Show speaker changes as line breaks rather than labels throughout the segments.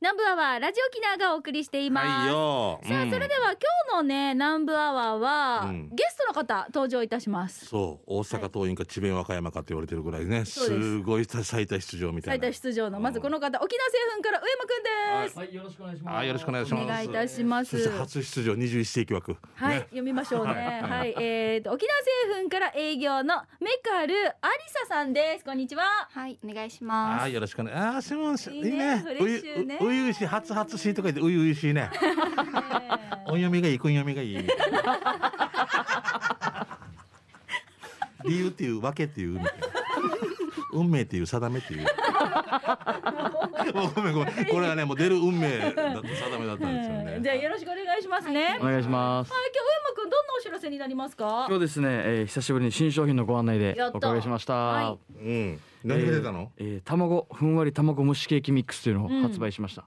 南部アワーラジオキナーがお送りしています、
はいよ。
さあ、
うん
それでは今日のね南部アワーは、
うん
ゲストの方登場いたします
そう大阪桐蔭か智弁和歌山かって言われてるぐらいね、
そうです
すごい最多出場みたい
最
な
多出場のまずこの方沖縄製粉から上間くんです、
はい、よろしくお願いし
あよろしくお願いします
お願いいたしま
そ
す
して初出場21世紀枠
はい、
ね
読みましょうね。はい、えーと、沖縄製粉から営業のメカルアリサさんです。こんにちは。
はい、お願いし
あ
ま
ー
す。
よろしくねあーしもし
いい
いい
ね
ね
フレッシュね
ういうういういしい初初しいとか言ってういういしいね音読みがいい訓読みがいい理由っていうわけっていう意味運命っていう定めっていうもうごめんごめんこれはねもう出る運命だ定めだったんですよね
じゃあ、よろしくお願いしますね。はい、
お
今日
願いします。
上間くん、どんなお知らせになりますか
今。日ですね、えー久しぶりに新商品のご案内で
やった
お伺いしました。
は
うん何が出たの、
えーえー卵ふんわり卵蒸しケーキミックスというのを発売しました。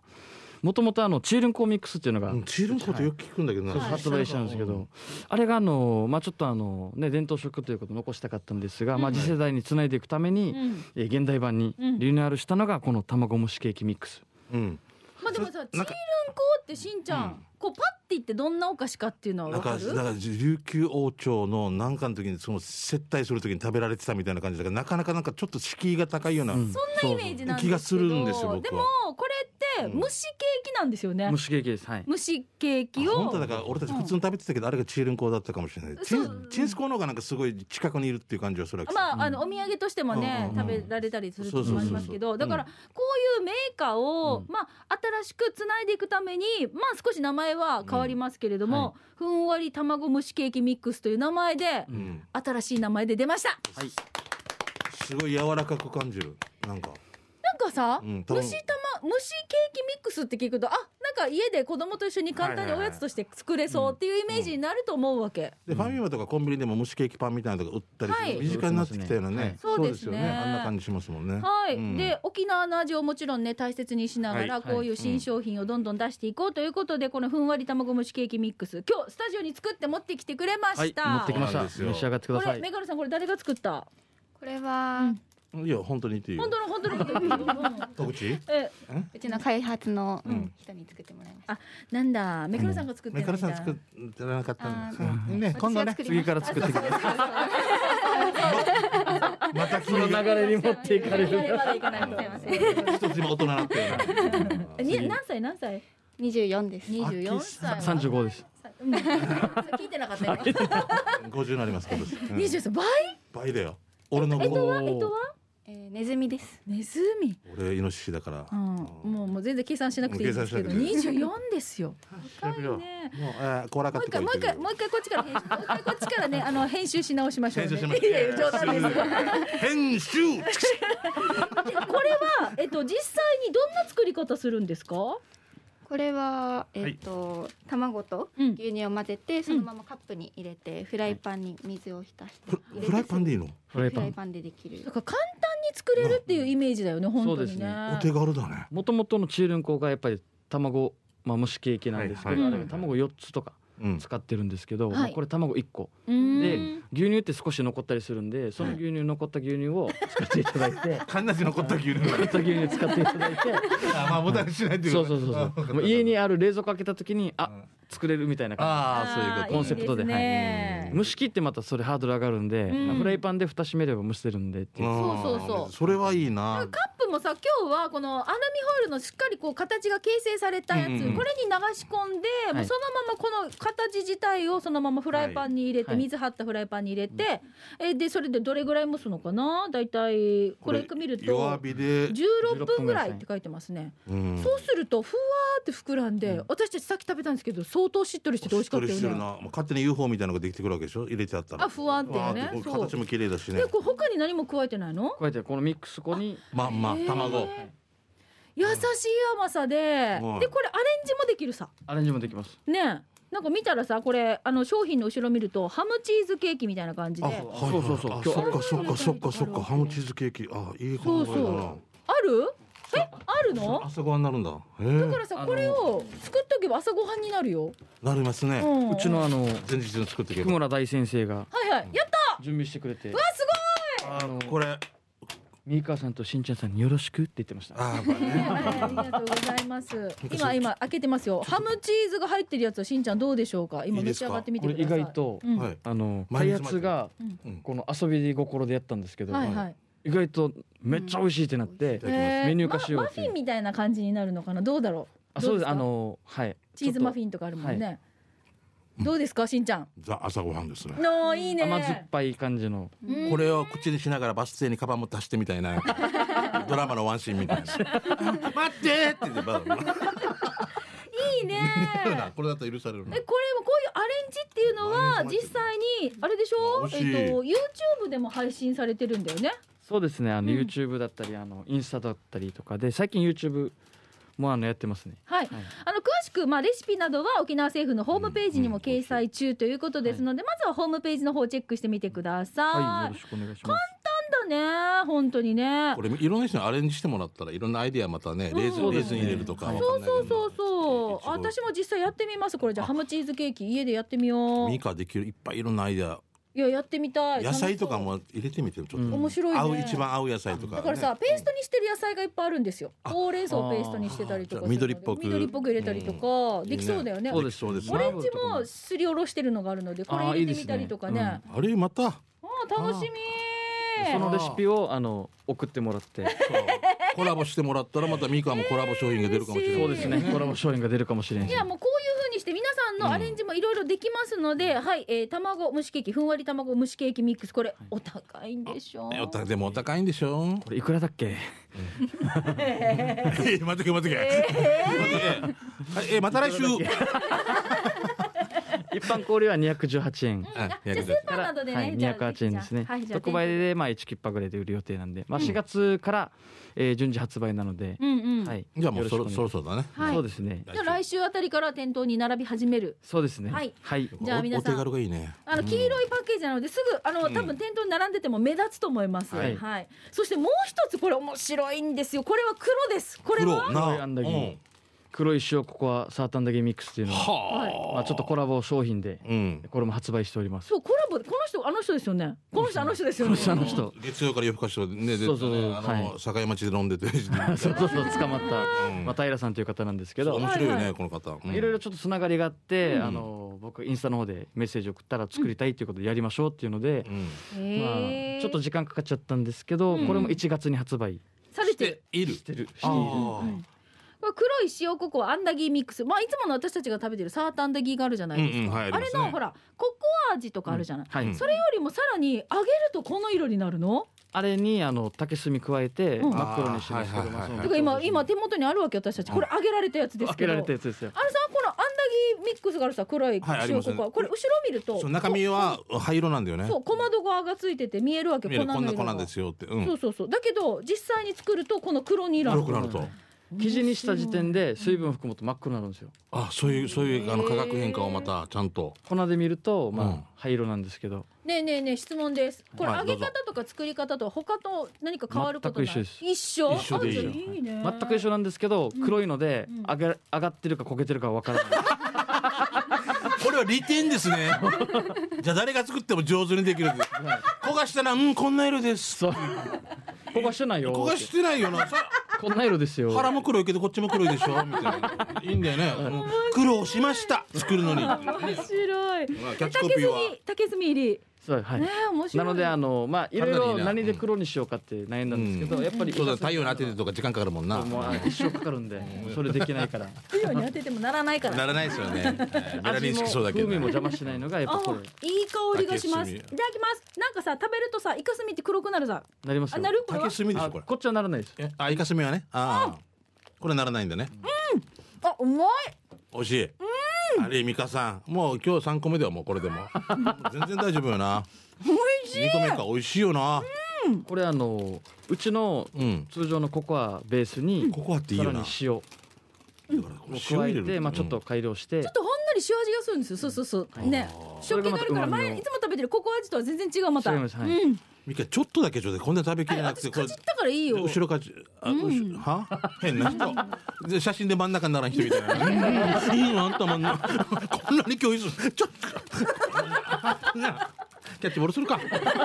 もともとあのチールンコーミックスっていうのが、
うんチールンコとよく聞くんだけどな、
はい
発売したんですけど、あれがあのまあちょっとあのね伝統食ということを残したかったんですが、まあ次世代につないでいくために、
うん
えー現代版に
うん
リニューアルしたのがこの卵蒸しケーキミックス。
うん、
まあ、でもさ、チールンコってしんちゃん、こうパッて言って、どんなお菓子かっていうのは
な
わ
ん
か
か
る。
なんか琉球王朝のなんかの時にその接待する時に食べられてたみたいな感じだからなかなかなんかちょっと敷居が高いような、
うん
そんなイメージなんですけど。
気がするんですよ僕は
でも、これって、
うん
蒸しケーキなんですよね。
蒸しケーキです。はい。
蒸しケーキを。
本当だから俺たち普通に食べてたけど、あれがチールンコだったかもしれないチ
そう
ンチンスコの方がなんかすごい近くにいるっていう感じはそれはきっと
まあ、あのお土産としてもね、
うんうんうん
食べられたりする時もありますけど
そうそうそ
だ
うそう
から、
う
こういうメーカーを、
う
まあ、新しくつないでいくために、まあ、少し名前は変わりますけれども、ふんわり卵蒸しケーキミックスという名前で、
うん
新しい名前で出ました
はい。
すごい柔らかく感じるなんか
なんかさ、
うん多
蒸
分
し玉蒸しケーキミックスって聞くとあなんか家で子供と一緒に簡単に
は
お
いはいはい
やつとして作れそうっていうイメージになると思うわけ。
で、ファミマとかコンビニでも蒸しケーキパンみたいなのとか売ったりする、
はい
身近になってきたようなね、
はい
そうですね
よあんな感じしますもんね
はい、
うん
で沖縄の味をもちろんね大切にしながら、
はい
こういう新商品をどんどん出していこうということで、このふんわり卵蒸しケーキミックス今日スタジオに作って持ってきてくれま
はい
した、
持ってきま
そう
した。
なんですよ
召し上がってくだ
こ
さ
れ
い。
メガロさんこれ誰が作った
これは、
いや本当にっていう
本当の本当のこと言ってようん
田口
え
うちの開発の
ん
人に作ってもらいまし
あなんだメガロさんが作って
メカ
る
ル
ん
さ
だ、
ん作ってなかったんです
あ
ね
た。
今度
私が
ね
作りま
次
した
から作ってください。
また
その
君が
流れに持っていかれる。
まだ行かないと
すいません。
一つ今大人になったよ
えに何歳何歳
二十四です。
二十四歳
三十五です。
うん聞いてなかったよ
な五十になります今年うん
二十三倍
倍だよ俺の
えとは
お
え
ー
とは
えーネズミです。
ネズミ
俺イノシシだから
うん、もうもう全然計算しなくていいんですけど
もう計算
24ですよ
調べようもう
ね
えーコーラ
も
買っ
う一
てく
回
る
もう一回もう一回こっちから 編集もう一回こっちからねあの編集し直しましょう、ね。
編集しましょう
いやいや冗談です。
編集
これはえっと実際にどんな作り方するんですか？
これはえっ、と、卵と
うん
牛乳を混ぜてそのままカップに入れて、フライパンに水を浸して
フフライパンでいいの
フライ
フ
パ
ライ
ン。
パンでできる
だ。から簡単に作れるっていうイメージだよね本当
そうです
にね。
ね
お手軽だね
もともとのチールンコがやっぱり卵、まあ、蒸しケーキなんですけど、
はいはい
あれが卵4つとか
うん
使ってるんですけど、
はい
まあこれ卵1個
うーん
で牛乳って少し残ったりするんでその牛乳残った牛乳を使っていただいて、
神なし残った 牛乳
残った牛乳使っていただい て
あまあ無駄にしないという
そう
こと
そう
ね
そう
あ
そ
わかっ
うも
た
う家にある冷蔵庫開けた時
う
に
ん
あ作れるみたいな感
ああそういうこと
コンセプトで
いいす
は
じ
ね
い
蒸し器ってまたそれハードル上がるんで、
うん
まあフライパンで蓋閉めれば蒸してるんでっていう、
ん
そうそうそう
それはいいな
カップもさ今日はこのアルミホイルのしっかりこう形が形成されたやつ、
うんうんうん
これに流し込んで、
い
もうそのままこの形自体をそのままフライパンに入れて、
はい
水張ったフライパンに入れて、えでそれでどれぐらい蒸すのかな大体これ見ると
弱火
16
で
16
分
分
ぐ
ぐ
ら
ら
い
い
って書いてますね、
うん
そうするとふわーって膨らんで、私たちさっき食べたんですけど相当しっとりしてて美味しかった
しっとりして
よ
るな
ね
もう勝手に UFO みたいなのができてくるわけでしょ入れてあったら
あふわってね
ふわーって
そう
こう形も綺麗だしね
でこう他に何も加えてないの
こうやってこのミックス粉に
まんま
へー
卵
優しい甘さで、
はい
でこれアレンジもできるさ
アレンジもできます。
ねえなんか見たらさこれあの商品の後ろ見るとハムチーズケーキみたいな感じで
あ
あ
はい
そうそうそう
あ
今日
そっかそっかそっかそっかハムチーズケーキあいい考えだ
そう
な
そるえあるの
朝ごはんになるんだへえ
だからさ
あの
これを作っとけば朝ごはんになるよ、
なりますね
ん
うちのあの
前日に作っていけ
菊
ば
村大先生が
はいはいやった
準備してくれて
わすごい
あの
これ
三川さんとしんちゃんさんによろしくって言ってました。
ああ、 これ
ね
ね。
はいありがとうございます。
昔
今今開けてますよ。ハムチーズが入ってるやつはしんちゃんどうでしょうか。今
いいで
召
す
し
か
上がってみ
こ
て
れ
くださ
意
い。
外と、
うん
はい。
あの
毎
開
日
発が
うん
うん
この遊び心でやったんですけど、
はいはい。
意外とめっちゃ美味しいってなって、
うん
え
メニュー化しよう
まマ
って
フ
いう
ィンみたいな感じになるのかな。どうだろう。
あそうです
どか
あ。のはい
チーズマフ
ン
ィンとかあるもんね。どうですかしんちゃん。
ザ朝ごはんですね。
のいいね。
甘酸っぱい感じの
うん
これを口にしながらバス停にカバンも出してみた いなドラマのワンシーンみたいな「待って!」って言ってバーッ
いいね。
これだと許されるの
えこれもこういうアレンジっていうのは
毎日
実際にあれでしょ
美。味しい
えっと YouTube でも配信されてるんだよね。
そうですねあの
うん
YouTube だったりあのインスタだったりとかで最近 YouTube もあのやってますね。
はい。
はい
あの詳しく、まあ、レシピなどは沖縄政府のホームページにも掲載中ということですので、まずはホームページの方をチェックしてみてください。
はい、よろしくお願いします。
なんだね本当にね
こ。れいろんな人にアレンジしてもらったらいろんなアイディアまたね冷
う
蔵
ん
レーズン入れるとか
はい
わ
そ
か
うん
ないけ
そ
ど
うそうそう。
いいです
私も実際やってみます。これじゃあ
あ
ハムチーズケーキ家でやってみよう。
ミ
い
カできるいっぱいいろんなアイディ
ややってみた
ア
い。
野菜とか
楽し
も入れてみてよちょっ
そう
と、
うん
面白いね。
合う一番合う野菜とか、ね、
だからさ、ペーストにしてる野菜がいっぱいあるんですよ。
あ
ほうれん草をペーストにしてたりとかするので
あじゃあ緑っぽく
緑っぽく入れたりとか、
ん
できそうだよね。
そう
オ
です
そうです
マー
レ
ブ
ン
ル
ジ
とかも
もすりおろしてるのがあるので、これ入れてみたりとかね。
あーいい
あ
で
あれまた
ー楽しみー。
そのレシピをあの送ってもらって、
コラボしてもらったらまたミカもコラボ商品が出るかもしれない、
そうですね。コラボ商品が出るかもしれない
いやもうこういう風にして皆さんのアレンジもいろいろできますので、はい、えー、卵蒸しケーキふんわり卵蒸しケーキミックスこれお高いんでしょう。
ねおたでもお高いんでしょ
これいくらだっけ？
え 待ってけ待ってけ、待ってけはいえまた来週
一般小売は二百十八円。
うんあじゃあス
やり
ー
たい
パーなどでね、
はい、
じゃあ
208円ですね、
はいじゃあ
特売で、まあ、1キッパぐらいで売る予定なんで、まあ、4月から、えー順次発売なので、
うんうん。
はい、
じゃあもうそろ
よろしく
そ
お願
ろ
い
そろだね
はい
そうですね
じゃあ来週あたりから店頭に並び始める。
そうですね
はい
はい、
じゃあ皆さん
おお手軽がいいね
あの黄色いパッケージなのですぐあの多分店頭に並んでても目立つと思います。
はい
はい。そしてもう一つこれ面白いんですよ。これは黒です。これ
黒
は
な
黒いあんだけ
うん
黒い塩ここはサーターアンダギーミックスっていうのを
はあ、
まあ、ちょっとコラボ商品で
うん
これも発売しております
そうコラボこの人あの人ですよね。この人あの人ですよね。
あの人
月曜から夜更かしをねで
そうそうそう
あの、
はい
境町で飲ん でて
そうそうそう捕まった、
うん
まあ、平さんという方なんですけど
面白いよね、
はいはい
この方、うん
いろいろちょっとつながりがあって、
うん
あの僕インスタの方でメッセージ送ったら作りたいということでやりましょうっていうので、
うん
まあ
へー、
ちょっと時間かかっちゃったんですけど、
うん
これも1月に発売
されてる。
いる
してるして
あ
いる
ー
うんこれ黒い塩ココアアンダギーミックス、まあ、いつもの私たちが食べてるサーターアンダギーがあるじゃないですか、
うんうんはいあり
あ
ま
れ
すね
のほらココア味とかあるじゃない、
はい、
うん
それよりもさらに揚げるとこの色になるの、
あれにあの竹炭加えて
うん
真っ黒にしてますけど
あー
まあ
はいはいはい
そう
てか今今手元にあるわけ私たちこれ揚げられたやつです
開
け
け
ど
ら
あ
れ
れ
た
さ
やつですよ
このアンダギーミックスがあるさ黒い
はいあり
塩
ます
コ
ね
コア、これ後ろ見ると
そう中身は灰色なんだよね
こそう小窓側がついてて見えるわけ
見え
粉
るこん
の
な
色
粉
が
ですよって、うん、
そうそうそうだけど実際に作るとこの黒に色
黒くなると
生地にした時点で水分を含むと真っ黒になるんですよ
あそういうそういうあの化学変化をまたちゃんと
粉で見るとまあ、
うん
灰色なんですけど
ねえねえねえ質問です。これ
はい
揚げ
どう
方とか作り方と他と何か変わることない。
全く一緒です
一緒。
一緒でいい
あじゃあいいね。
全く一緒なんですけど黒いので
うん
上げ上がってるか焦げてるかわか らない
これは利点です ねじゃあ誰が作っても上手にできるんです焦がしたらうんこんな色です
そう焦がしてないよ
焦がしてないよなさ
こんな色ですよ
腹も黒いけどこっちも黒いでし ょみたいないいんだよね、うん苦労しました作るのに
面白い。
キャッチ
竹
コ
炭
ピーは
竹炭入り。
そうはい、
ねえ面白。
ないのであのまあいろい
かなり
ろ
な
何で黒にしようかって悩んだんですけど、
うん
やっぱり
そうだ太陽に当ててとか時間かかるもんな
もうあの一生かかるんでそれできな いから
太陽に当ててもならないから。
ならないですよ ねベラリン好きそうだけ
味も
ど
風味も邪魔しないのがやっぱ
あ
これ
いい香りがします。い
竹
ただ
炭
きます。なんかさ食べるとさイカスミって黒くなるさ。
なりますよ
あなるこれは
竹。炭でし
あ
ょこれ
こっちはならないです
えあイカスミはねああこれならないんだね
あうまい。
美味しいあれミカさんもう今日三個目ではもうこれでも全然大丈夫よな美味しい2個目か美味しいよな
これあのうちの
うん
通常のココアベースに
ココアっていい
さら
よ
に
な
塩を
だからこれ塩
加え
入れ
て
る
まあちょっと改良して
ちょっとほんのり塩味がするんですよ。そうそうそう。ね。食感があるから
それがまた
前いつも食べてるココア味とは全然違うまた。
違いますはい
うん。
ミカちょっとだけちょうだいこんな食べき
あ
れなくて
私
こ
か
れ
じったからいいよ。
後ろかじあ後ろは変な人で写真で真ん中にならん人みたいな うんいいのあんた真ん中こんなに教室ちょっとなあキャッチボールするか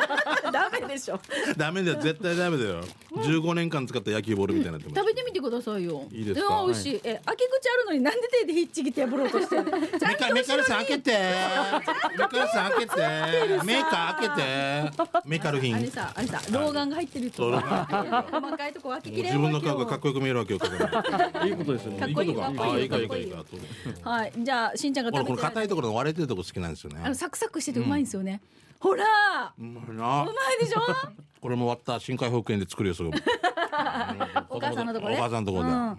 ダメでしょ。
ダメだよ絶対ダメだよ15年間使った野球ボールみたいになってます
食べてみてくださいよ。
いいですか
や美味しい。え、開け口あるのになんで手でひっちぎって破ろうと してる。
メカメカルさん開けてメカルさん開けてメーカー開けてメカル品
あれさ、あれさ、老眼が入ってると
老眼
か。細かいとこ開けきれ
自
んわ
分の顔がかっこよく見えるわけよここから
いいことですよ
かっ
ね
こいい
とか
かっこいい
ああいいか
か
い
っ
い
こ
か
いい
いいかと
今はい、じゃあ、しんちゃんが
俺
食
この
べて
硬
る。
いところの割れてるとこ好きなんですよね
あのサクサクしててうまいんですよね。ほら、
うまい
うん
な
うまいでしょ。
これも割った深海保育園で作るよそれも
お母さんのところね
お母さんのところ
うん
で、
はい、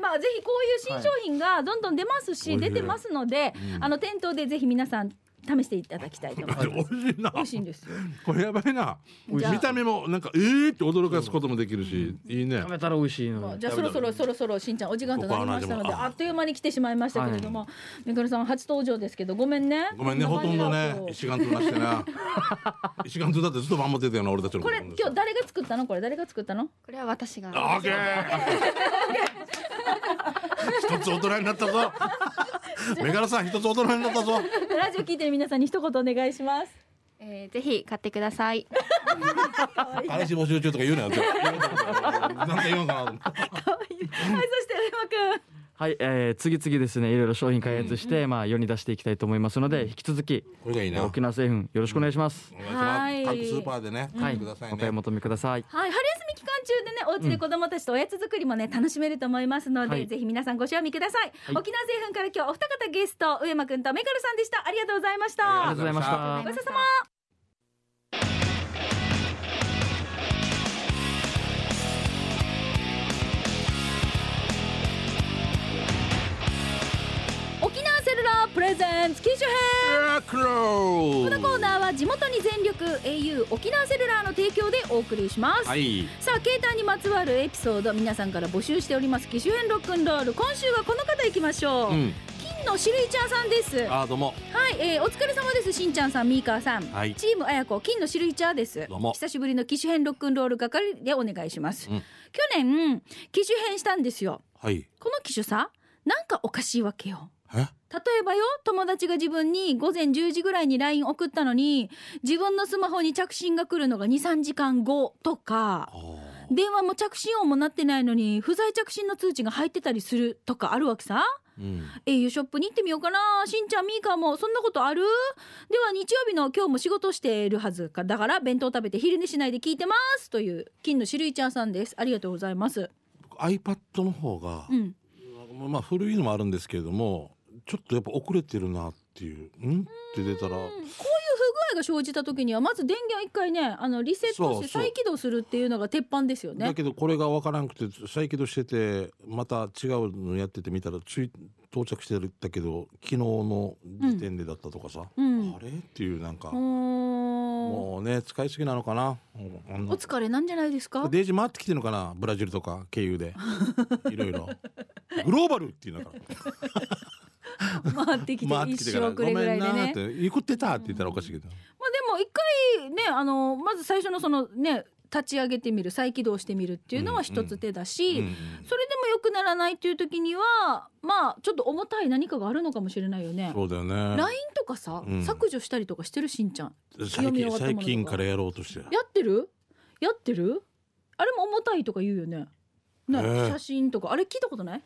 まあ、ぜひこういう新商品がどんどん出ますし、
はい
出てますので、あの店頭でぜひ皆さん試していただきたいと思います。
美味しいな
美味しいんですよ。
これやばいな
じゃあ
見た目もなんかえーって驚かすこともできるし、いいね
食べたら美味しい
まあ
の
じゃあそろそろそろそろしんちゃんお時間となりましたの
ここ
で
は同じも
あっという間に来てしまいましたけれども、めぐるさん初登場ですけどごめんね
ごめんねほとんどね
こ
一眼となしてな一眼とだってずっと守ってたよな俺たちのこと
れ今日誰が作ったのこれ誰が作 ったの
これは私が
あオ ッケー一つ大人になったぞメガラさん一つ大人になったぞ
ラジオ聞いてる皆さんに一言お願いします
えーぜひ買ってください。
彼氏募集中と か言うなよなんか言おうかなと思っ
は
て
いそして上山くん
はい、えー、次々ですねいろいろ商品開発して、まあ世に出していきたいと思いますので引き続き
これがいいなお願い
沖縄製粉よろしくお願いします、
しま
はい
す各スーパーでね買
は
っ
い
てください
お買
ね
い求めください
はい、春休み期間中でね、お家で子供たちとおやつ作りもね、楽しめると思いますので、
はい
ぜひ皆さんご賞味ください。
はい
沖縄製粉から今日お二方ゲスト、上間くんとメカルさんでした。ありがとうございました。
ありがとうございまし
あ
た
ごちそうさま。沖縄セルラープレゼンツ機種編
クロ
このコーナーは地元に全力 au 沖縄セルラーの提供でお送りします、
はい
さあ携帯にまつわるエピソード皆さんから募集しております機種編ロックンロール今週はこの方いきましょう、
うん
金のしるいちゃんさんですは
あーどうも
い、えーお疲れ様ですしんちゃんさんみーかーさん、
はい
チームあやこ金のしるいちゃんです
どうも
久しぶりの機種編ロックンロール係でお願いします、
うん
去年機種編したんですよ
はい
この機種さなんかおかしいわけよ
え
例えばよ友達が自分に午前10時ぐらいに LINE 送ったのに自分のスマホに着信が来るのが23時間後とか
あー
電話も着信音も鳴ってないのに不在着信の通知が入ってたりするとかあるわけさ
うん、
au ショップに行ってみようかなしんちゃんみーかもそんなことあるでは日曜日の今日も仕事してるはずかだから弁当食べて昼寝しないで聞いてますという金のしるいちゃんさんですありがとうございます、
iPad の方が
う、ん、
まあ古いのもあるんですけれどもちょっとやっぱ遅れてるなっていう「ん?」って出た
こ
ら
ういう不具合が生じた時にはまず電源を一回ねあのリセットして
そうそう
再起動するっていうのが鉄板ですよね
だ。けどこれが分からなくて再起動しててまた違うのやっててみたらつい到着してたけど昨日の時点でだったとかさ、
うん
あれっていうなんか、
うーん
もうね使いすぎなのかな。あんな
お疲れなんじゃないですか。
デイジ回ってきてるのかなブラジルとか経 由でいろいろグローバルっていうのから
回ってきて
回ってき
一
てか
生
ら「
遅
ごめ
れぐら
ん
いで
な」っ
ね。
て「行くってた」って言ったらおかしいけど、
まあでも一回ねあのまず最初のそのね立ち上げてみる再起動してみるっていうのは一つ手だし、
うんうん
それでも良くならないっていう時にはまあちょっと重たい何かがあるのかもしれないよね。
そうだよね
LINE とかさ、
うん
削除したりとかしてるしんちゃん読
最
み終
近
わったもの
最
とか
近からやろうとしてる
やってるやってるあれも重たいとか言うよね。ね、
ええ
写真とかあれ聞いたことない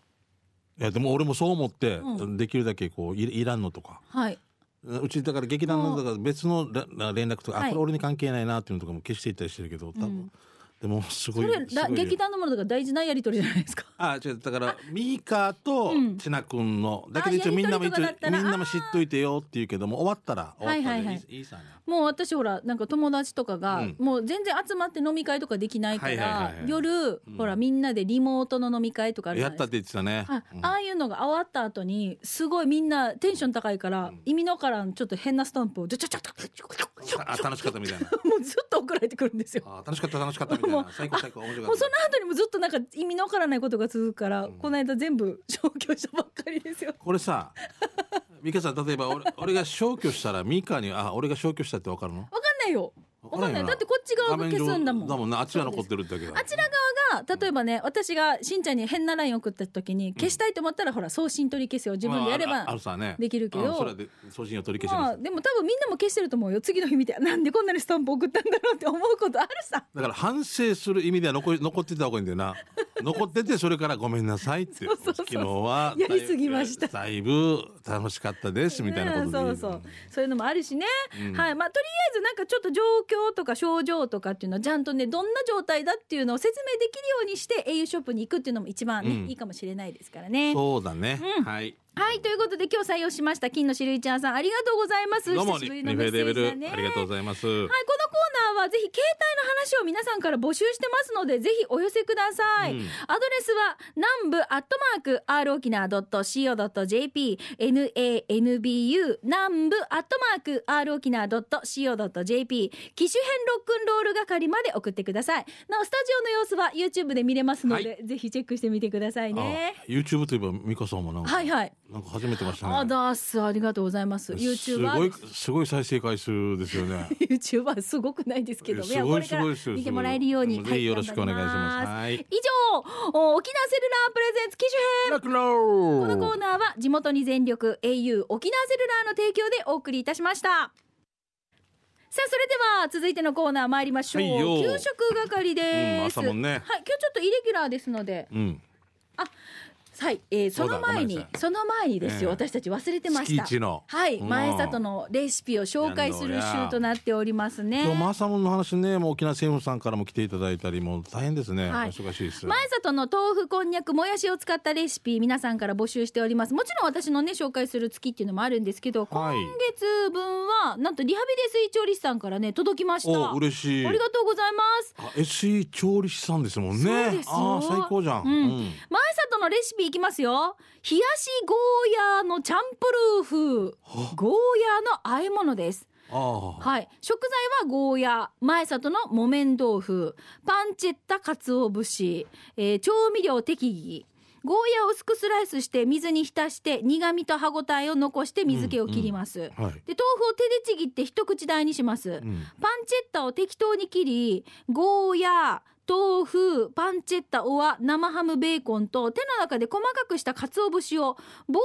いやでも俺もそう思って、
う
できるだけこういいらんのとか
はい。
うちだから劇団のだから別のらら連絡とか、
は
あ
い
これ俺に関係ないなっていうのとかも消していったりしてるけど多分、
うん
でも
そ
すごい
れ
す
だ
ごい
劇団のものだから大事なやり取りじゃないですか。
あ違うだからミーカーと
うん
千奈君のだけど
あ
一応みんなも
やり
一
とりとかだっ
応
たら
みんなも知っといてよっていうけども終わったら終わったで、
はいはいはい
いいいさね
もう私ほらなんか友達とかが、
うん
もう全然集まって飲み会とかできないから、
はいはいはいはい
夜、
うん
ほらみんなでリモートの飲み会とかあるじ
や
ゃな
っ
い
た
で
っ
す
て言ってたね
か。はい、
うん
ああいうのが終わった後にすごいみんなテンション高いから、
ん
意味のわからんちょっと変なスタンプをちょちょちょちょちょちょちょちょ
あ楽しかったみたいな
もうずっと送られてくるんですよ。
あ楽しかった楽しかったみたい
もう
な最高最高面白
も
か
う
っ
その後にもずっとなんか意味のわからないことが続くから、この間全部消去したばっかりですよ。
たこれさミカさん例えば俺俺が消去したらミカにあ俺が消去したってわかるの
わかんないよ。わかんない。
よ
だってこっち側が消すんだもん。
だもんなあっちは残ってるだけだ
あちら側は例えばね私がしんちゃんに変なライン送った時に消したいと思ったらほら送信取り消せを自分でやれ
まあああ
ば
るさね
できるけど
あそれで送信を取り消し
ま
ま
あ
す
でも多分みんなも消してると思うよ次の日見てなんでこんなにスタンプ送ったんだろうって思うことあるさ
だから反省する意味では残り残ってた方がいいんだ よな残っててそれからごめんなさいって
そうそうそう
昨日は
やりすぎました
だいぶ楽しかったですみたいなことでいい、
うんそうそうそういうのもあるしね、
うん
はいまあとりあえずなんかちょっと状況とか症状とかっていうのはちゃんとねどんな状態だっていうのを説明できるようにして au ショップに行くっていうのも一番ね、
うん
いいかもしれないですからね。
そうだね、
うん
はい
はいということで今日採用しました金のしるいちゃんさんありがとうございます
どうも
久し
リ
ぶ
フ
りのメ
ェ
ッセ
レベ
ージ
ル
だね
ありがとうございます、
はい、このコーナーはぜひ携帯の話を皆さんから募集してますので、ぜひお寄せください。
うん
アドレスは、南部アットマーク、r 沖縄 .co.jp、nanbu、南部アットマーク、r 沖縄 .co.jp、機種編ロックンロール係まで送ってください。なお、スタジオの様子は YouTube で見れますので、ぜひチェックしてみてくださいね。
あ YouTube といえば美香さんもなんか,、
はいはい。
なんか初めてましたね
アダース、ありがとうございます。
すご
YouTuber
い。すごい再生回数ですよね
YouTuber すごくないですけど、
すごいすごいです
これから
よ
見てもらえるように。
ぜひよろしくお願いし
は
ます
頑張り
はい
以上お沖縄セルラープレゼンツ機種編
ラク
このコ
ロ
ーナーは地元に全力 au 沖縄セルラーの提供でお送りいたしましたさあそれでは続いてのコーナー参りましょう、
はいよ
給食係
うん
です、
朝もんね
はい今日ちょっとイレギュラーですので
うん
はい、えーその前
そう
に
だごめんなさい
その前にですよ、
ええ
私たち忘れてまし
月
た
一の
はい
うん
前里のレシピを紹介する週となっておりますね
今日マーサモンの話ねもう沖縄政府さんからも来ていただいたりもう大変ですね、
はい
お忙しいです
前里の豆腐こんにゃくもやしを使ったレシピ皆さんから募集しておりますもちろん私のね紹介する月っていうのもあるんですけど、
はい
今月分はなんとリハビリ水調理師さんからね届きました
お嬉しい
ありがとうございます
あ SE 調理師さんですもんね
そうですよ
ああ最高じゃん、
うん前里のレシピいきますよ冷やしゴーヤーのチャンプルーフ
は
ゴーヤーの和え物です
ああ
はい食材はゴーヤー前里の木綿豆腐パンチェッタ鰹節、えー調味料適宜ゴーヤーを薄くスライスして水に浸して苦味と歯ごたえを残して水気を切ります、で
はい、
豆腐を手でちぎって一口大にします、
うん、
パンチェッタを適当に切りゴーヤー豆腐パンチェッタおわ生ハムベーコンと手の中で細かくした鰹節をボウルの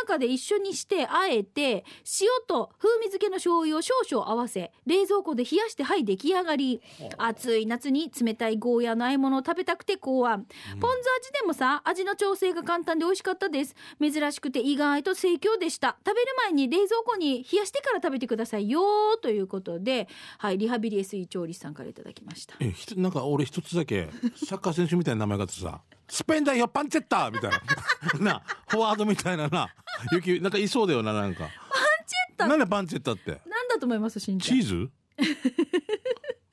中で一緒にしてあえて塩と風味付けの醤油を少々合わせ冷蔵庫で冷やしてはい出来上がり暑い夏に冷たいゴーヤーの和え物を食べたくて考案ポン酢味でもさ味の調整が簡単で美味しかったです珍しくて意外と盛況でした食べる前に冷蔵庫に冷やしてから食べてくださいよということではいリハビリ SE 調理師さんからいただきました
えひとなんか俺一つだけサッカー選手みたいな名前があってさスペンダーよパンチェッターみたいな なフォワードみたいなな雪なんかいそうだよななんか
ター
なんでパンチェッターって
なんだと思いますしんち
チ
ゃん
ーズ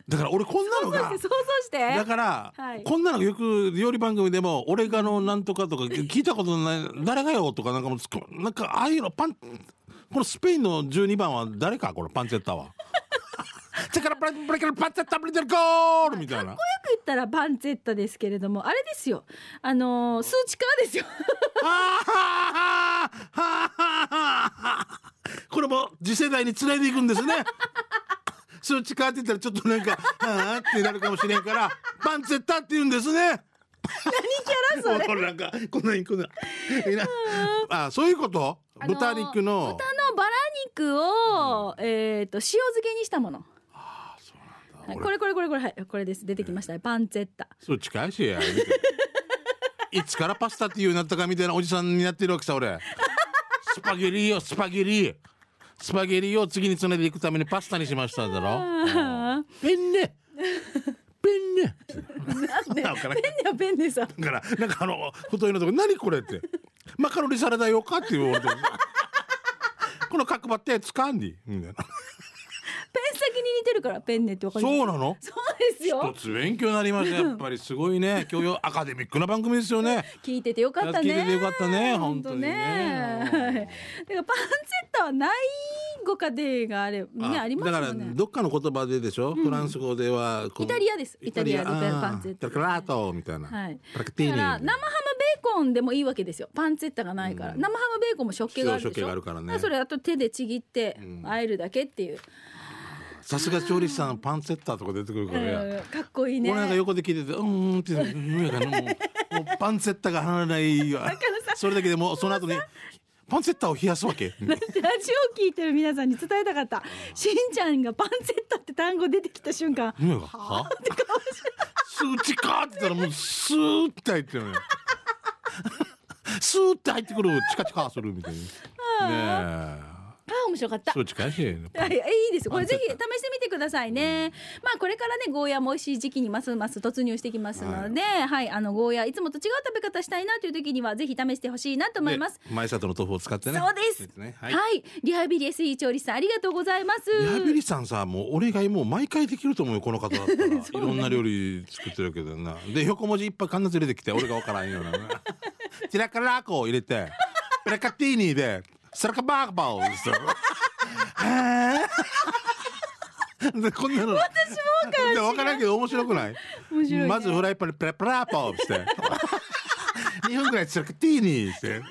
だから俺こんなのが
想像して
だから、
はい
こんなのよく料理番組でも俺がのなんとか とか聞いたことない誰がよとかなんかもうつくなんかああいうのパンこのスペインの12番は誰かこのパンチェッ タは。チェカラブレブレカラパンチェッタブレデルゴールみたいな。
よく言ったらパンツェッタですけれどもあれですよあのー数値化ですよ
あーはーはーはーはーこれも次世代につないでいくんですね。数値変わって言ったらちょっとなんか、あーってなるかもしれんから、パンツェッタって言うんですね。何キャラそれ。これなんか、こんなにこんな。いなあ、そういうこと、
あのー
豚肉の。
豚のバラ肉を、えっ、と塩漬けにしたものはいこれこれこれこれはいこれです出てきました、パンツェッタ
数値返しや。いつからパスタっていうようになったかみたいなおじさんになってるわけさ、俺。スパゲリよ、スパゲリ。スパゲリを次につないでいくためにパスタにしましただろ。うんペンネ。ペンネ。
なんで
わから ん
ペンネはペンネさん
だから、なんかあの、太いのとこ、何これって。マカロニサラダよかっていう俺と。この角張って掴んで。みたいな。
ペン先に似てるからペンネってわかります
そうなの
そうですよ
一つ勉強にな りました。やっぱりすごいね。教養アカデミックな番組ですよね。
聞いててよかったね
聞いててよかったね本当にね
本当ねだからパンツェッタはないご家庭があれねあります
だ
よ
から
ね
どっかの言葉ででしょ、フランス語ではこう
イタリアですイタリアの
あー
パンツェッタ
クラートみたいな、
はい
プラクテ
だか
ィーニ
ら生ハムベーコンでもいいわけですよパンツェッタがないから、生ハムベーコンも食気があるでしょ
塩食気があるからね
だそれあと手でちぎって
ん
和えるだけっていう、
さすが調理師さんパンセッターとか出てくるからや、
うんかっこいいね
俺なんか横で聞いてて「うーん」って言ってうんやからもうもうパンセッタが離れないわそれだけでもうその後にパンセッタを冷やすわけ
ラジオ聞いてる皆さんに伝えたかったしんちゃんがパンセッタって単語出てきた瞬間
うんは数値かって言ったらもうスーって入ってるのよスーって入ってくるチカチカするみたいなねえ
あ面白かった
数値返しやね
はい、いいですよ。これ
パ
ぜ
ン
ひ
セ
試
ッ
し
タ
てみてくださいね。まあこれからねゴーヤも美味しい時期にますます突入してきますので、はい、あのゴーヤいつもと違う食べ方したいなという時にはぜひ試してほしいなと思います。
で前里の豆腐を使ってね
そうです
ねは
はいい、リハビリ SE 調理師さんありがとうございます。
リハビリさんさもうお願いもう毎回できると思うよこの方だったら、いろんな料理作ってるけどなで横文字いっぱい必ず入れてきて俺がわからんようなティラカラーコを入れてペラカティーニでサラカバーバーをですよへーでこんなの私もからでわからんけど面白くない
面白いね
まずフライパンにペラペラパーをして2分ぐらい辛くティーにして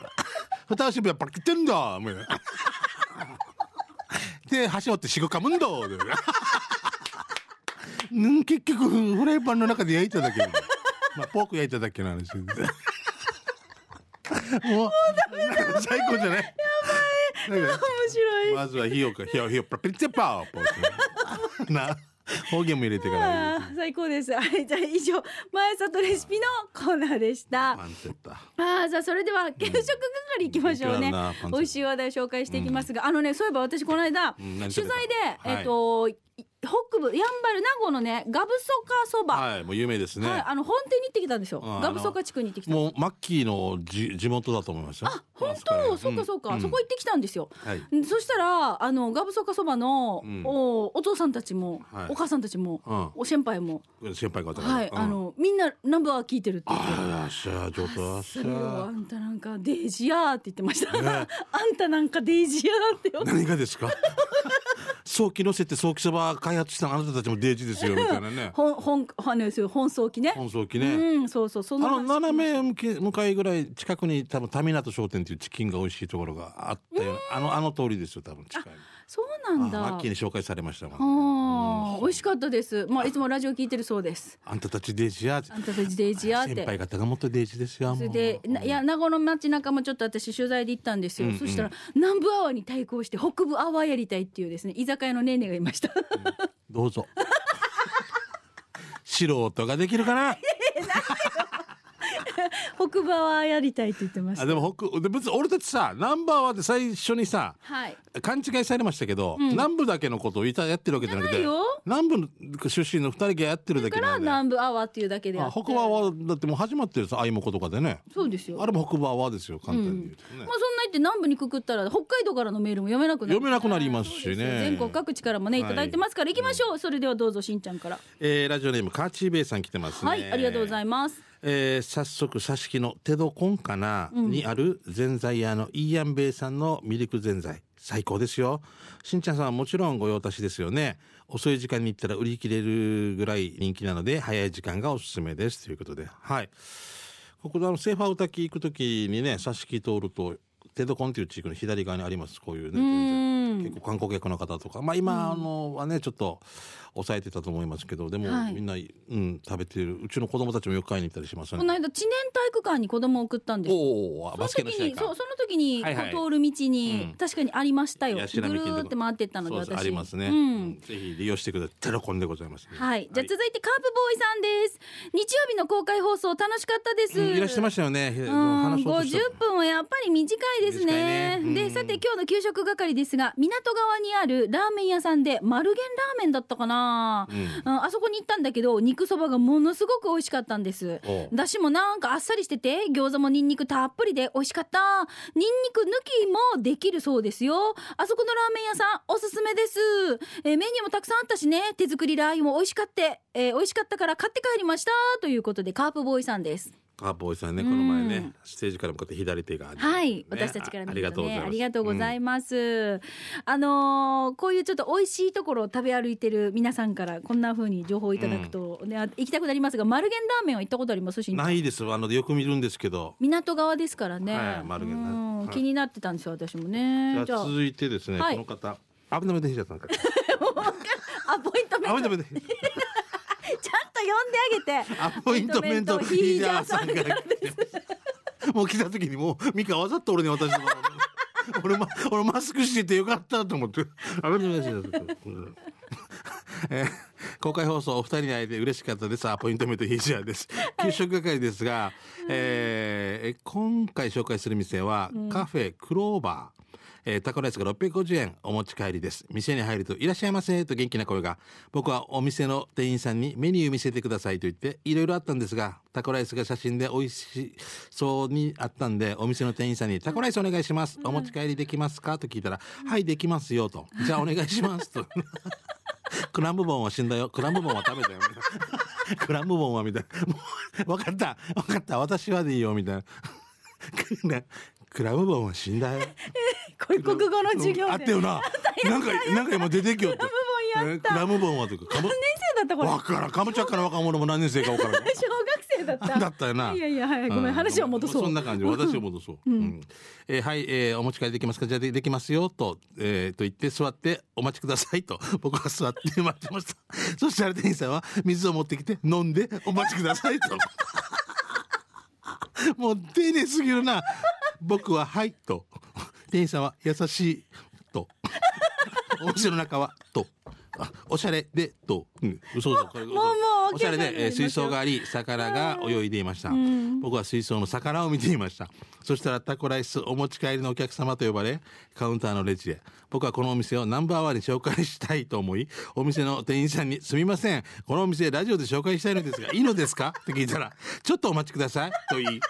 蓋を閉めばパラキテンだみたいなで箸折ってしごかむんだみたいなうん結局フライパンの中で焼いただけ まあポーク焼いただけなんですよもう最高じゃないやばい
面白い。
まずは火をか火を火をパラピッツェパーをポークな方言も入れてから
あー最高です。はい、じゃあ以上前里レシピのコーナーでした。
パンセッタ
ああじゃあそれでは給食係行きましょうね
行くわなパンツェ。ッタ
美味しい話題を紹介していきますが、あのねそういえば私この間、
うん何
取
食
材
べ
で
た、
えっ、とい北部やんばる名護のねガブソカそば、はい
はいもう有名ですね、
あの本店に行ってきたんですよ。
ああの
ガブソカ地区に行ってきた。
もうマッキーのじ地元だと思いました
あ本当そうかそうか、そこ行ってきたんですよ。
はい
んそしたらあのガブソカそばの、
うん
おお父さんたちも、
はい
お母さんたちも、
うん
お先輩も、
先輩方が
はい、
うん
あのみんなナンバー聞いてるって言って。
あらしゃ上手だし
それをあ
ゃ
んたなんかデイジやーって言ってました。
ね
あんたなんかデイジやーってよ。
何がですか早期のせて早期そば開発したあなたたちもデージですよみたいなね
本本あの要するに本草機ね。
本早期
う
ね、
んそうそうそ
あの
の
斜め向け向かいぐらい近くに多分タミナト商店っていうチキンが美味しいところがあったようなあのあの通りですよ多分近い
そうなん
あマ
だ
ッキー。に紹介されましたもん
あー美味しかったです。まあいつもラジオ聞いてるそうです。
あんたたちデージやって
あんたたちデイジやーっ
先
て
輩。方がもっとデージですよもう
それでないや名護の街中もちょっと私取材で行ったんですよ、
うんうん
そしたら南部アワーに対抗して北部アワーやりたいっていうですね居酒屋のネーネーがいました
どうぞ。素人ができるかな。
北部アワーやりたいって言ってまし
あ、
た
でも、北、で、別に俺たちさ、ナンバーワンって最初にさ。
はい
勘違いされましたけど、南部だけのことをいたやってるわけじゃなく
じ
て
ゃないよ
南部の出身の二人がやってるだ
だ
け
から
なんであ
南部アワーっていうだけであって
北部はだってもう始まってるさあいもことかでね
そうですよ
あれも北部はですよ簡単に言うとね
まあ、そんな言って南部にくくったら北海道からのメールも読めなくなる
読めなくなりますしね
全国各地からもねいただいてますから行きましょう、それではどうぞしんちゃんから
えーラジオネームカーチーベイさん来てますね
はいありがとうございます
えー早速挿し木の手どこんかなにあるぜんざい屋のイーヤンベイさんのミルクぜんざい最高ですよしんちゃんさんはもちろんご用達ですよね遅い時間に行ったら売り切れるぐらい人気なので早い時間がおすすめですということではいここであのセーファー滝行く時にね挿し木通ると手どこんっていう地域の左側にありますこういうねぜんざい結構観光客の方とかまあ今あのはねちょっと抑えてたと思いますけどでも
はい
みんな、うん、食べてるうちの子供たちもよく買いに行ったりしますね
この間知念体育館に子供を送ったんです
おお、
その
バスケ
時
の試合
に
か。
そうその時にこ
はいはいう
通る道
う
に
ん
確かにありましたよ、
いや
ぐ
白目
る
金
ー
と
っ
か
て回ってったので
そう
私
そうありますね、
う
うん
ん
ぜひ利用してください。テロコンでございますね、
はい、じゃあ続いてカープボーイさんです。日曜日の公開放送楽しかったです。
うんいらしてましたよね。
う
話
ん、
そうとした
50分はやっぱり短いですね。
短いねうん
で、さて今日の給食係ですが、港側にあるラーメン屋さんで丸源ラーメンだったかな、うんあそこに行ったんだけど、肉そばがものすごく美味しかったんです
おう。
だしもなんかあっさりしてて、餃子もニンニクたっぷりで美味しかった。ニンニク抜きもできるそうですよ。あそこのラーメン屋さんおすすめです。えーメニューもたくさんあったしね、手作りラー油も美味しかった、えー美味しかったから買って帰りました。ということで、カープボーイさんです。
カーボーイさんね、この前ね、
うん
ステージから向かって左手が、ね。
はい、
ね
私たちから
ああ
見
り
る
がと
と
うござい
ね
ます。
ありがとうござい
ま
ます。あのーこういうちょっと美味しいところを食べ歩いてる皆さんからこんな風に情報をいただくと、ねあ行きたくなりますが、丸源ラーメンは行ったことありますし、
ないです。あのよく見るんですけど。
港側ですからね。
はい丸源ね
うん
はい
気になってたんですよ私もね。
じ
じゃ
ゃあ
あ
続いてですね、
はい
この方。危ない危ない危ない危ない
危アポイントメント
アポイントメント
ちゃんと呼んであげて
アポイントメントヒージャーさんが来てますもう来た時にもうミカわざと俺に渡したの俺,、ま、俺マスクしててよかったと思ってありがとうございますえー公開放送お二人に会えて嬉しかったですアポイントメントヒージャーです給食係ですが、えー今回紹介する店はカフェクローバー、えータコライスが650円お持ち帰りです店に入ると「いらっしゃいませ」と元気な声が僕はお店の店員さんにメニュー見せてくださいと言っていろいろあったんですがタコライスが写真で美味しそうにあったんでお店の店員さんに「タコライスお願いします、お持ち帰りできますか?」と聞いたら「はいできますよ」と「じゃあお願いします」と。クランブボンは死んだよ。クランブボンは食べたよ。 みたいなクランブボンはみたいな。もう、わかった。わかった。私はでいいよ。みたいな。くねクラムボンは死んだよ。
こ れ国語の授業
うん
で
あった よな。なんか、なんか今出てきよって。
部門や
え
っ
ク
た
ラムボンはというか、かぶ
何年、生だったこれ
わからん。かむちゃっから若者も何年生か わからん。
小学生だった
だったよない
やいやはいご
う
めん話を戻そう
そんな感じ私を戻そう、うんえーはい、えーお持ち帰りできますかじゃあでできますよと,、えーと言って座ってお待ちくださいと 僕は座って待ってました そしたら店員さんは水を持ってきて飲んでお待ちくださいと もう丁寧すぎるな僕は「はい」と店員さんは「優しい」と 「お店の中は」と。あおしゃれでと、うん、嘘嘘これ嘘
もうもう
おしゃ
わけわかん
れ
ない
で、えー水槽があり魚が泳いでいました、僕は水槽の魚を見ていましたそしたらタコライスお持ち帰りのお客様と呼ばれカウンターのレジへ僕はこのお店をナンバーワンに紹介したいと思いお店の店員さんに「すみませんこのお店ラジオで紹介したいのですがいいのですか?」って聞いたら「ちょっとお待ちください」と言い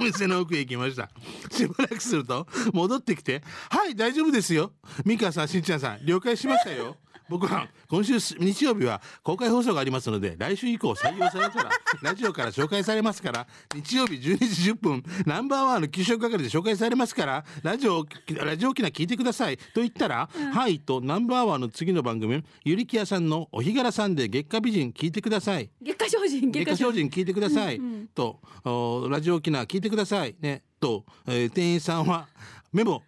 お店の奥へ行きましたしばらくすると戻ってきて「はい大丈夫ですよ美香さんしんちゃんさん了解しましたよ」僕は今週す日曜日は公開放送がありますので来週以降採用された らラジオから紹介されますから日曜日12時10分ナンバーワンの給食係で紹介されますからラジオラジオ機内聞いてくださいと言ったら「はい」とナンバーワンの次の番組「ゆりきやさんのお日柄さんで月下美人聞いてください」
月下精進
月
月下精
下精
進
進聞いてください、とおラジオ沖縄聞いてくださいねと、えー店員さんはメモ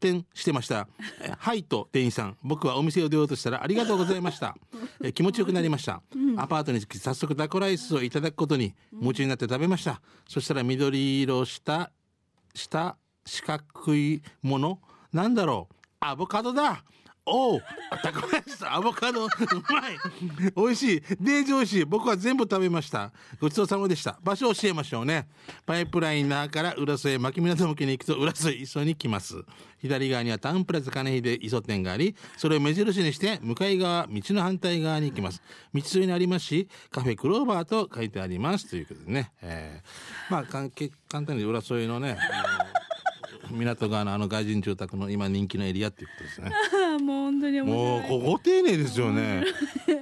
点してましたえーはいと店員さん僕はお店を出ようとしたらありがとうございました、えー気持ちよくなりました、アパートに着き早速タコライスをいただくことに夢中になって食べました、そしたら緑色したした四角いものなんだろうアボカドだおおタコライスアボカドうまい美味しいデージ美味しい僕は全部食べましたごちそうさまでした場所を教えましょうねパイプライナーから浦添牧港向けに行くと浦添磯に来ます左側にはタウンプラザ金秀磯店がありそれを目印にして向かい側道の反対側に行きます道沿いにありますしカフェクローバーと書いてありますということでね、えーまあ簡潔簡単に浦添のねあの港側のあの外人住宅の今人気のエリアっていうことですね。
ああもう本当に面
もう
白い
ここ丁寧ですよね。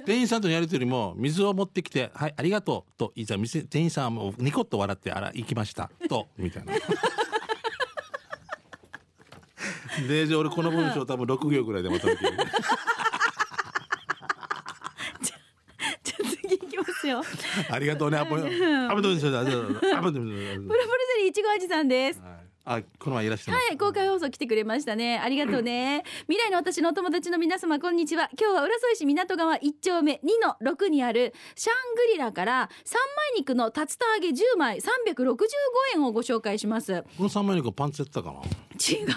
店員さんとのやりとりも水を持ってきて「はいありがとう」と言ったら店店員さんはもうニコッと笑って「あら行きました」とみたいな。でじゃあ俺この文章多分6行ぐらいでまとめてる
じゃあ次行きますよ
ありがとうねアポアポトメントだアポトメン
プ
ト
ロポリゼリーいちご味さんです
だはいあこの前いらっしゃいまし
はい、公開放送来てくれましたね。ありがとう ね。未来の私のお友達の皆様、こんにちは。今日は浦添市港川1丁目2の6にあるシャングリラから三枚肉の竜田揚げ10枚365円をご紹介します。
この3枚肉はパンツやってたかな
違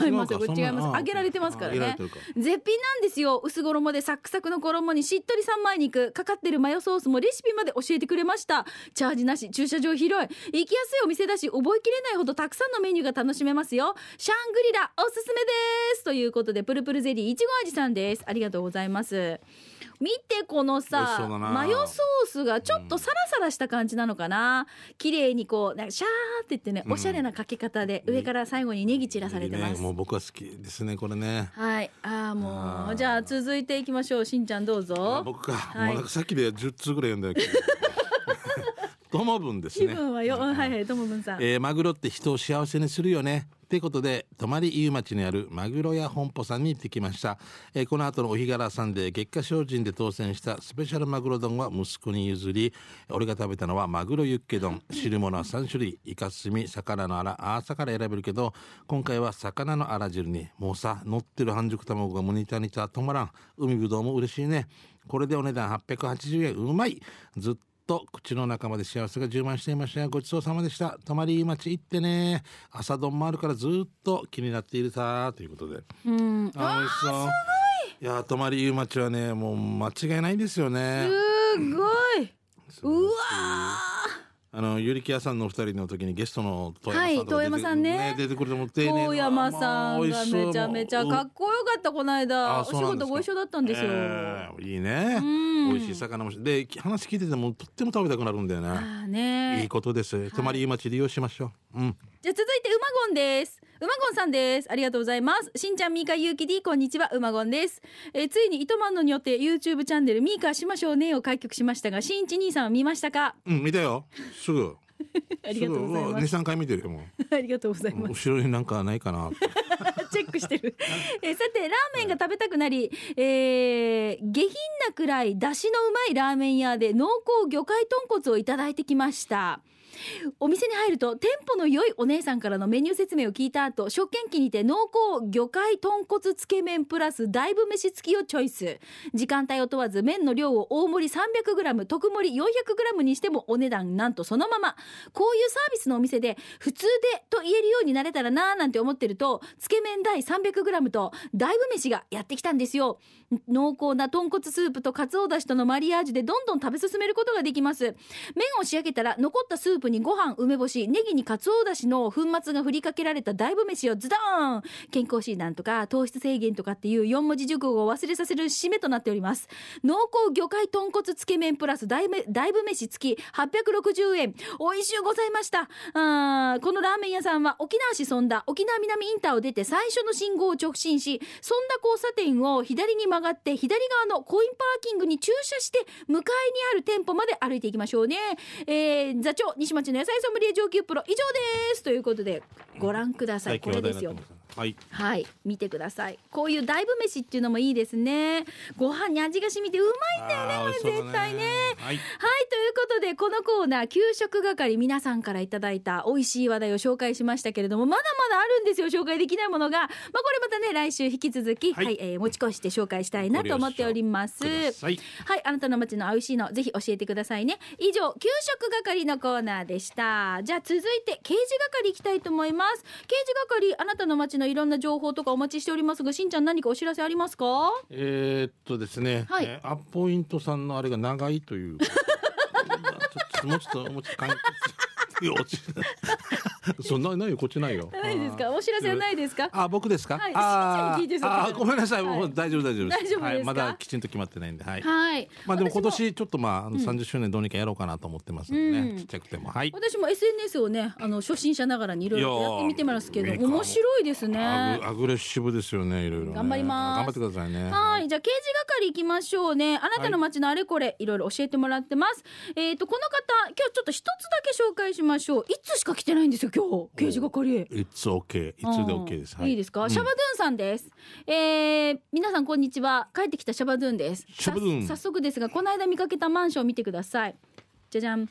いますよ。
違
こ
うか
れ違い
そん
ます。
な
揚げられてますから
あ揚げられ
ね
てるか。
絶品なんですよ。薄衣でサックサクの衣にしっとり三枚肉、かかってるマヨソースもレシピまで教えてくれました。チャージなし、駐車場広い。行きやすいお店だし、覚えきれないほどたくさんのメニューが楽しめますよ。シャングリラ、おすすめです。ということで、プルプルゼリー、いちご味さんです。ありがとうございます。見てこの
美味しそ
さ
うだな
マヨソースがちょっとサラサラした感じなのかな、綺麗にこうなんかシャーって言ってね、おしゃれなかけ方で上から最後にネギ散らされてま
ね
す、
もう僕は好きですねこれね
はいああも
あ
う
ー
じゃあ続いていきましょうしんちゃんどうぞ
僕か、
はい
もうなんかさっきで10通ぐらい読ん だけど友分です
気
ね
分はよ、うんはいはいともぶんさん、
えーマグロって人を幸せにするよねということで泊まり湯町にあるマグロ屋本舗さんに行ってきました、えーこの後のお日柄さんで月下精進で当選したスペシャルマグロ丼は息子に譲り俺が食べたのはマグロユッケ丼汁物は3種類イカスミ魚のあらあ朝から選べるけど今回は魚のあら汁にもうさ乗ってる半熟卵がモニターにた止まらん海ぶどうも嬉しいねこれでお値段880円うまいずっと口の中まで幸せが充満していましたよごちそうさまでした泊まり町行ってね朝丼もあるからずっと気になっているさということで
うんす
あ美味しそういやー泊まり町はねもう間違いないですよね
ごいううわ
あのゆりきやさんのお二人の時にゲストの遠
はい遠山
山
さ
さ
ん
ん
ね
ね出てくると思っ
ー
て
遠山さんがめちゃめちゃかっこよかったこの間お
あ
仕
そうなんですか
事ご一緒だったんですよ、
えーいいね
うん
美味しい魚もしでき話聞いててもとっても食べたくなるんだよね
ああね
いいことです泊まり町利用しましょううん
じゃあ続いて馬ゴンです。馬ゴンさんです。ありがとうございます。しんちゃん、ミーカ、ゆうきり、こんにちは、馬ゴンです。えーついに糸満のによって YouTube チャンネルミーカしましょうねを開局しましたが、しんち兄さんは見ました か
うん見たよすぐ
ありがとうございます。
23回見てるよも
ありがとうございうます。
後ろになんかないかな
チェックしてる。えーさて、ラーメンが食べたくなり、えー下品なくらい出汁のうまいラーメン屋で濃厚魚介豚骨をいただいてきました。お店に入ると、店舗の良いお姉さんからのメニュー説明を聞いた後、食券機にて濃厚魚介豚骨つけ麺プラス大分飯付きをチョイス。時間帯を問わず麺の量を大盛り 300g、特盛り 400g にしてもお値段なんとそのまま。こういうサービスのお店で、普通でと言えるようになれたらなぁなんて思ってると、つけ麺第 300g と大分飯がやってきたんですよ。濃厚な豚骨スープとカツオだしとのマリアージュでどんどん食べ進めることができます。麺を仕上げたら残ったスープにご飯、梅干し、ネギにカツオだしの粉末が振りかけられた大分飯をズドーン健康診断とか糖質制限とかっていう4文字熟語を忘れさせる締めとなっております。濃厚魚介豚骨つけ麺プラス大め大分飯付き860円。美味しゅうございました。あーこのラーメン屋さんは沖縄市尊田、沖縄南インターを出て最初の信号を直進し、そんな交差点を左に曲がって、左側のコインパーキングに駐車して、向かいにある店舗まで歩いていきましょうね。えー座長、西町の野菜ソムリエ上級プロ、以上です。ということで、ご覧ください。これですよ。
はい
はい、見てください。こういう大分飯っていうのもいいですね。ご飯に味が染みてうまいんだよね、
あー
これ
美味しそう
絶
だ
対ね。
はい
はい、ということで、このコーナー、給食係、皆さんからいただいた美味しい話題を紹介しましたけれども、まだまだあるんですよ、紹介できないものが。まあ、これまたね、来週引き続き、は、
はいい
えー持ち越して紹介したいなと思っております。
ご了承ください
はい、あなたの街の美味しいの、ぜひ教えてくださいね。以上、給食係のコーナーでした。じゃあ、続いて、刑事係いきたいと思います。刑事係、あなたの街のいろんな情報とかお待ちしておりますが、しんちゃん何かお知らせありますか
えーっとですね、
はい
えーアポイントさんのあれが長いというちょっともうちょっともうちょっと関係いや落ち そんなないよこっちないよ
ないですかお知らせはないですか
あ、僕ですか。
はい
あー
しんちゃんに聞いてそう
あー、ごめんなさい、もう大丈夫、大丈夫。
大丈夫ですか
はい、まだきちんと決まってないんで、はい。
はい。
まあ、でも、今
私
年ちょっと、まああの、三十周年どうにかやろうかなと思ってますんで
うん
ね。ちっちゃくても、はい。
私も SNS をねあの初心者ながらにいろいろやってみてますけ
い
ど
やー
面白いです
ア
ね
グ。アグレッシブですよね、いろいろね。
頑張ります
頑張ってくださいね。
はい。じゃあ、刑事係行きましょうね。あなたの街のあれこれ、いろいろ教えてもらってます。えっと、この方、今日ちょっと一つだけ紹介しましょう。いつしか来てないんですよ、今日。刑事係。
い。It's okay. いつで OK です。
うんいいですか、
うん
シャバドゥンさんです。えー、皆さんこんにちは。帰ってきたシャバドゥンです。
シャバドゥン
さ早速ですが、この間見かけたマンションを見てください。じゃじゃん。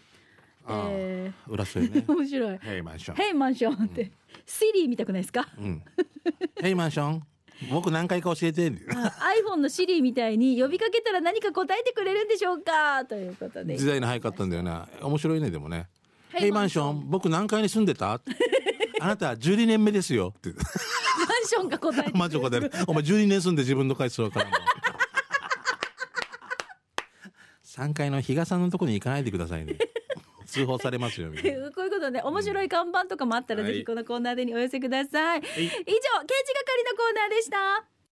あー
え
裏添えね
ー、。面白い。
ヘイマンション。
ヘイマンションって、シリー見たくないですか
うん。ヘイマンション。僕何回か教えて。
iPhone の Siri みたいに呼びかけたら何か答えてくれるんでしょうかということで
時代の早かったんだよな。面白いね、でもね。ヘイマンション、僕何階に住んで たあなた12年目ですよ。って。
マンションが答えて くれる
マジョコである。お前12年住んで自分の回数わ からんの。3階の比嘉さんのとこに行かないでくださいね。通報されますよ。みたいな
こういうことで面白い看板とかもあったら
は
ぜ
い
ひこのコーナーでにお寄せください、以上刑事係のコーナーでした